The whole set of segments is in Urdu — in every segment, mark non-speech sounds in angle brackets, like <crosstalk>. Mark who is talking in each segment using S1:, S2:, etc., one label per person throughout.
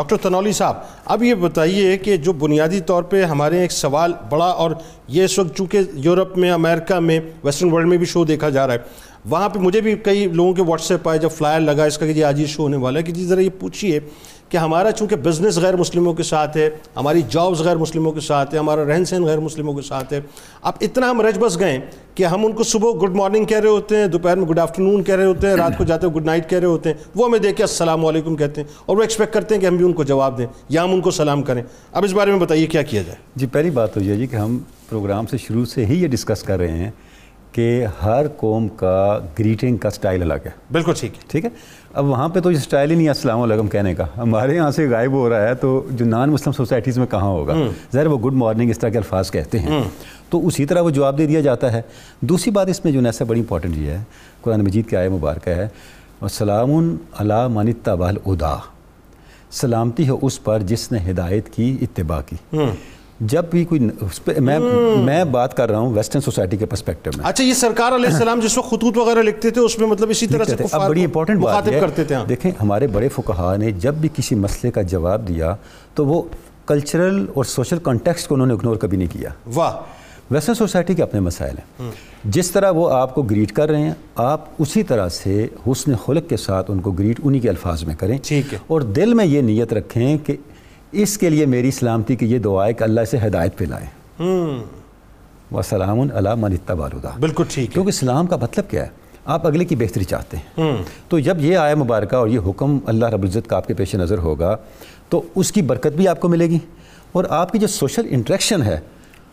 S1: ڈاکٹر تنولی صاحب اب یہ بتائیے کہ جو بنیادی طور پہ ہمارے ایک سوال بڑا اور یہ اس وقت چونکہ یورپ میں امریکہ میں ویسٹرن ورلڈ میں بھی شو دیکھا جا رہا ہے وہاں پہ مجھے بھی کئی لوگوں کے واٹس ایپ آئے جب فلائر لگا اس کا کہ جی آج یہ شو ہونے والا ہے کہ جی ذرا یہ پوچھیے کہ ہمارا چونکہ بزنس غیر مسلموں کے ساتھ ہے ہماری جابز غیر مسلموں کے ساتھ ہے ہمارا رہن سہن غیر مسلموں کے ساتھ ہے اب اتنا ہم رج بس گئے ہیں کہ ہم ان کو صبح گڈ مارننگ کہہ رہے ہوتے ہیں دوپہر میں گڈ آفٹر نون کہہ رہے ہوتے ہیں رات کو جاتے ہوئے گڈ نائٹ کہہ رہے ہوتے ہیں وہ ہمیں دیکھ کے السلام علیکم کہتے ہیں اور وہ ایکسپیکٹ کرتے ہیں کہ ہم بھی ان کو جواب دیں یا ہم ان کو سلام کریں اب اس بارے میں بتائیے کیا کیا جائے
S2: جی پہلی بات تو یہ جی کہ ہم پروگرام سے شروع سے ہی یہ ڈسکس کر رہے ہیں کہ ہر قوم کا گریٹنگ کا سٹائل الگ ہے
S1: بالکل ٹھیک ہے
S2: ٹھیک ہے اب وہاں پہ تو یہ سٹائل ہی نہیں ہے السلام علیکم کہنے کا ہمارے یہاں سے غائب ہو رہا ہے تو جو نان مسلم سوسائٹیز میں کہاں ہوگا ظاہر وہ گڈ مارننگ اس طرح کے الفاظ کہتے ہیں تو اسی طرح وہ جواب دے دیا جاتا ہے دوسری بات اس میں جو نیسا بڑی امپورٹنٹ یہ ہے قرآن مجید کی آئے مبارکہ ہے السلام علی من اتبع ادا سلامتی ہے اس پر جس نے ہدایت کی اتباع کی جب بھی کوئی اس پہ میں میں بات کر رہا ہوں ویسٹرن سوسائٹی کے پرسپیکٹو میں
S1: اچھا یہ سرکار علیہ السلام جس وقت خطوط وغیرہ لکھتے تھے اس میں مطلب اسی طرح سے
S2: اب بڑی امپورٹنٹ بات
S1: مخاطب کرتے تھے ہاں۔
S2: ہے دیکھیں ہمارے بڑے فقہا نے جب بھی کسی مسئلے کا جواب دیا تو وہ کلچرل اور سوشل کانٹیکسٹ کو انہوں نے اگنور کبھی نہیں کیا
S1: واہ
S2: ویسٹرن سوسائٹی کے اپنے مسائل ہیں جس طرح وہ آپ کو گریٹ کر رہے ہیں آپ اسی طرح سے حسن خلق کے ساتھ ان کو گریٹ انہی کے الفاظ میں کریں
S1: ٹھیک ہے
S2: اور دل میں یہ نیت رکھیں کہ اس کے لیے میری سلامتی کی یہ دعا ہے کہ اللہ سے ہدایت پہ لائیں وسلام اللہ من اتبع الہدی۔
S1: بالکل ٹھیک ہے
S2: کیونکہ اسلام کا مطلب کیا ہے آپ اگلے کی بہتری چاہتے ہیں تو جب یہ آیا مبارکہ اور یہ حکم اللہ رب العزت کا آپ کے پیش نظر ہوگا تو اس کی برکت بھی آپ کو ملے گی اور آپ کی جو سوشل انٹریکشن ہے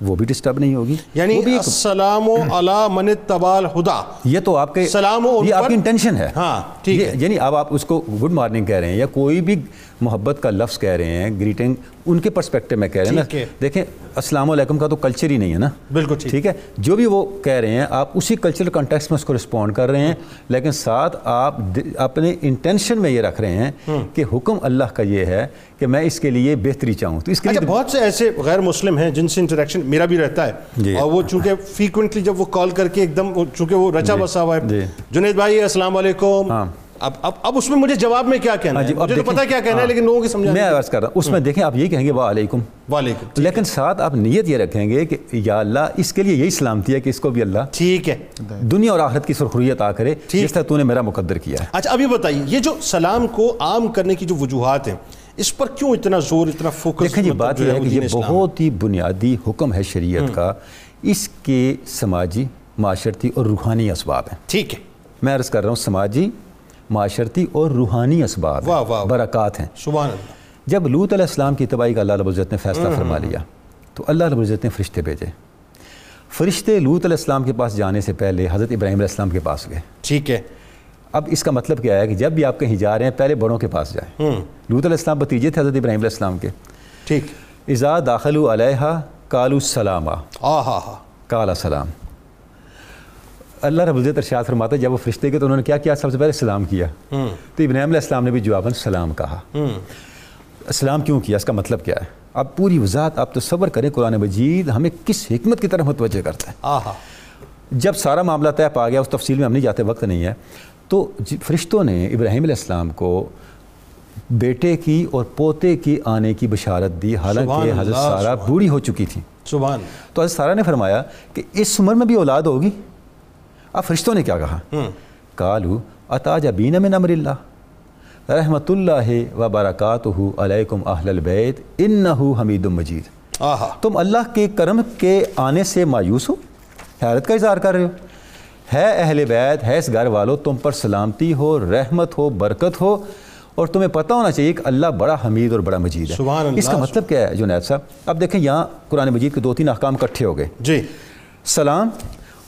S2: وہ بھی ڈسٹرب نہیں ہوگی
S1: یعنی السلام علی من تبال ہدا
S2: یہ تو آپ کے
S1: سلام ہو ان
S2: یہ آپ
S1: پر۔
S2: کی انٹینشن ہے
S1: ہاں ٹھیک ہے
S2: یعنی اب آپ اس کو گڈ مارننگ کہہ رہے ہیں یا کوئی بھی محبت کا لفظ کہہ رہے ہیں گریٹنگ ان کے پرسپیکٹو میں کہہ رہے ہیں نا دیکھیں السلام علیکم کا تو کلچر ہی نہیں ہے نا
S1: بالکل ٹھیک
S2: ٹھیک ہے جو بھی وہ کہہ رہے ہیں آپ اسی کلچرل کانٹیکس میں اس کو رسپونڈ کر رہے ہیں لیکن ساتھ آپ اپنے انٹینشن میں یہ رکھ رہے ہیں کہ حکم اللہ کا یہ ہے کہ میں اس کے لیے بہتری چاہوں تو اس کے
S1: اچھا
S2: لیے
S1: بہت سے ایسے غیر مسلم ہیں جن سے انٹریکشن میرا بھی رہتا
S2: جی۔
S1: ہے اور وہ چونکہ فریکوینٹلی جب وہ کال کر کے ایک دم چونکہ وہ
S2: جی۔
S1: رچا بسا ہوا ہے جنید بھائی السلام علیکم
S2: ہاں۔
S1: اب اب اب اس میں مجھے جواب میں کیا کہنا ہے مجھے تو پتہ کیا کہنا ہے لیکن لوگوں کی
S2: جی، ہاں۔ میں
S1: سمجھا
S2: عرض کر رہا ہوں اس میں دیکھیں آپ یہ کہیں گے وعلیکم
S1: وعلیکم
S2: لیکن ساتھ آپ نیت یہ رکھیں گے کہ یا اللہ اس کے لیے یہی سلامتی ہے کہ اس کو بھی اللہ
S1: ٹھیک ہے
S2: دنیا اور آخرت کی سرخری عطا کرے جس طرح تو نے میرا مقدر کیا ہے
S1: اچھا اب یہ بتائیے یہ جو سلام کو عام کرنے کی جو وجوہات ہیں اس پر کیوں اتنا زور اتنا مطلب فوکس
S2: دیکھیں جی بات یہ ہے کہ یہ بہت ہی بنیادی حکم ہے شریعت کا اس کے سماجی معاشرتی اور روحانی اسباب ہیں
S1: ٹھیک ہے
S2: میں عرض کر رہا ہوں سماجی معاشرتی اور روحانی اسباب برکات ہیں
S1: سبحان اللہ
S2: جب لوت علیہ السلام کی تباہی کا اللہ رب العزت نے فیصلہ فرما لیا تو اللہ رب العزت نے فرشتے بھیجے فرشتے لوت علیہ السلام کے پاس جانے سے پہلے حضرت ابراہیم علیہ السلام کے پاس گئے
S1: ٹھیک ہے
S2: اب اس کا مطلب کیا ہے کہ جب بھی آپ کہیں جا رہے ہیں پہلے بڑوں کے پاس جائیں لوت علیہ السلام بتیجے تھے حضرت ابراہیم علیہ السلام کے
S1: ٹھیک
S2: اذا داخل علیہ کالو السلامہ
S1: ہاں ہاں ہاں
S2: کالا سلام اللہ رب العزت ارشاد فرماتا ہے جب وہ فرشتے گئے تو انہوں نے کیا کیا سب سے پہلے سلام کیا تو ابراہیم علیہ السلام نے بھی جواباً سلام کہا سلام کیوں کیا اس کا مطلب کیا ہے آپ پوری وضاحت آپ تصور کریں قرآن مجید ہمیں کس حکمت کی طرف متوجہ کرتا ہے
S1: ہاں ہاں
S2: جب سارا معاملہ طے پا گیا اس تفصیل میں ہم نہیں جاتے وقت نہیں ہے تو جی- فرشتوں نے ابراہیم علیہ السلام کو بیٹے کی اور پوتے کی آنے کی بشارت دی
S1: سبحان
S2: حالانکہ
S1: اللہ،
S2: حضرت سارا بوڑھی ہو چکی تھی
S1: سبحان اللہ
S2: تو حضرت سارا نے فرمایا کہ اس عمر میں بھی اولاد ہوگی اب فرشتوں نے کیا کہا کالو اتاج بین من امر اللہ رحمت اللہ و برکاتہ علیکم اہل البیت انہو حمید مجید
S1: ہاں ہاں
S2: تم اللہ کے کرم کے آنے سے مایوس ہو حیرت کا اظہار کر رہے ہو ہے اہل بیت ہے اس گھر والوں تم پر سلامتی ہو رحمت ہو برکت ہو اور تمہیں پتہ ہونا چاہیے کہ اللہ بڑا حمید اور بڑا مجید ہے
S1: سبحان اللہ،
S2: اس کا مطلب کیا ہے جنید صاحب اب دیکھیں یہاں قرآن مجید کے دو تین احکام اکٹھے ہو گئے
S1: جی
S2: سلام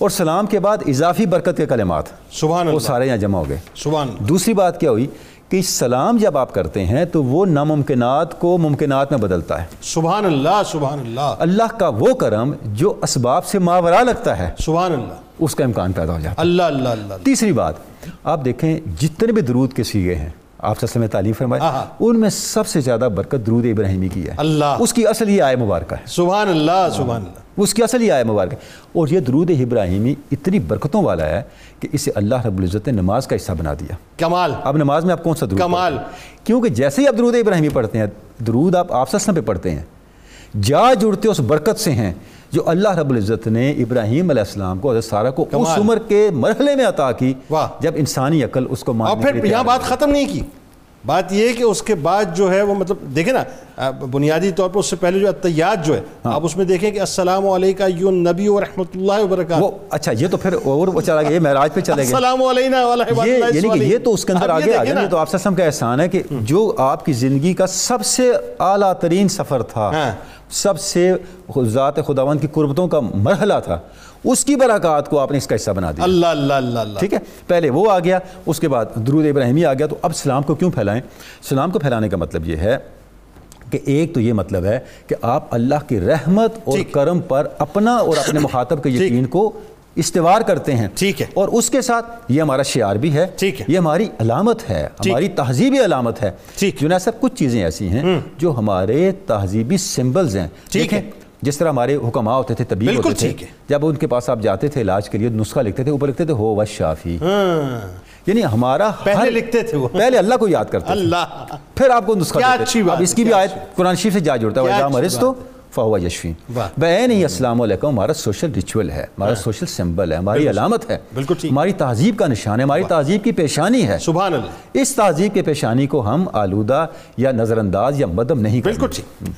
S2: اور سلام کے بعد اضافی برکت کے کلمات
S1: سبحان
S2: وہ
S1: اللہ
S2: سارے یہاں جمع ہو گئے
S1: سبحان اللہ
S2: دوسری بات کیا ہوئی کہ سلام جب آپ کرتے ہیں تو وہ ناممکنات کو ممکنات میں بدلتا ہے
S1: سبحان اللہ سبحان اللہ
S2: اللہ کا وہ کرم جو اسباب سے ماورا لگتا ہے
S1: سبحان اللہ
S2: اس کا امکان پیدا ہو جاتا
S1: اللہ اللہ اللہ
S2: ہے تیسری بات آپ دیکھیں جتنے بھی درود کے سیگے ہیں آپ صلی اللہ علیہ وسلم نے تعلیم فرمائے
S1: آہا۔
S2: ان میں سب سے زیادہ برکت درود ابراہیمی کی ہے
S1: اللہ
S2: اس کی اصل یہ آئے مبارکہ ہے
S1: سبحان اللہ سبحان اللہ
S2: وہ اس کی اصل ہی آیا مبارک ہے اور یہ درود ابراہیمی اتنی برکتوں والا ہے کہ اسے اللہ رب العزت نے نماز کا حصہ بنا دیا
S1: کمال
S2: اب نماز میں آپ کون سا درود
S1: کمال۔
S2: پڑھتے ہیں؟ کیونکہ جیسے ہی آپ درود ابراہیمی پڑھتے ہیں درود آپ آفسسن پہ پڑھتے ہیں جا جڑتے اس برکت سے ہیں جو اللہ رب العزت نے ابراہیم علیہ السلام کو حضرت سارہ کو اس
S1: کمال۔
S2: عمر کے مرحلے میں عطا کی
S1: واہ۔
S2: جب انسانی عقل اس کو
S1: اور
S2: ماننے کے
S1: پھر
S2: لیے
S1: یہاں
S2: تیار
S1: بات ختم نہیں کی بات یہ ہے کہ اس کے بعد جو ہے وہ مطلب دیکھیں نا بنیادی طور پر اس سے پہلے جو اطیات جو ہے
S2: ہاں۔
S1: آپ اس میں دیکھیں کہ السلام علیکہ یو نبی و رحمۃ اللہ
S2: وہ
S1: وبرکاتہ
S2: اچھا یہ تو پھر اور وہ چلا گیا یہ معراج پہ چلے گئے
S1: السلام علینا
S2: یہ یعنی کہ یہ تو اس کے اندر آگے آ گیا یہ تو آپ صلی اللہ علیہ وسلم کا احسان ہے کہ جو آپ کی زندگی کا سب سے اعلیٰ ترین سفر تھا سب سے ذات خداوند کی قربتوں کا مرحلہ تھا اس کی برکات کو آپ نے اس کا حصہ بنا دیا
S1: اللہ اللہ اللہ اللہ
S2: ٹھیک ہے پہلے وہ آ گیا اس کے بعد درود ابراہیمی آ گیا تو اب سلام کو کیوں پھیلائیں سلام کو پھیلانے کا مطلب یہ ہے کہ ایک تو یہ مطلب ہے کہ آپ اللہ کی رحمت اور کرم پر اپنا اور
S1: <laughs>
S2: اپنے مخاطب کے یقین کو استوار کرتے ہیں
S1: ٹھیک ہے
S2: اور اس کے ساتھ یہ ہمارا شعار بھی ہے یہ ہماری علامت ہے ہماری تہذیبی علامت ہے جنید صاحب کچھ چیزیں ایسی ہیں جو ہمارے تہذیبی سمبلز ہیں دیکھیں جس طرح ہمارے حکما ہوتے تھے طبیب ہوتے تھے جب ان کے پاس آپ جاتے تھے علاج کے لیے نسخہ لکھتے تھے اوپر لکھتے تھے ہو و شافی یعنی ہمارا
S1: ہاں۔ پہلے لکھتے تھے وہ
S2: پہلے اللہ کو یاد کرتے
S1: اللہ
S2: پھر آپ کو نسخہ دیتے ہیں اب اس کی بھی آیت قرآن شریف سے جا جڑتا ہے وَإِذَا مَرِضْتُ فَهُوَ يَشْفِينِ بین ہی السلام علیکم ہمارا سوشل ریچول ہے ہمارا سوشل سمبل ہے ہماری علامت ہے ہماری تہذیب کا نشان ہے ہماری تہذیب کی پیشانی ہے
S1: سبحان اللہ
S2: اس تہذیب کے پیشانی کو ہم آلودہ یا نظر انداز یا مدم نہیں
S1: بالکل ٹھیک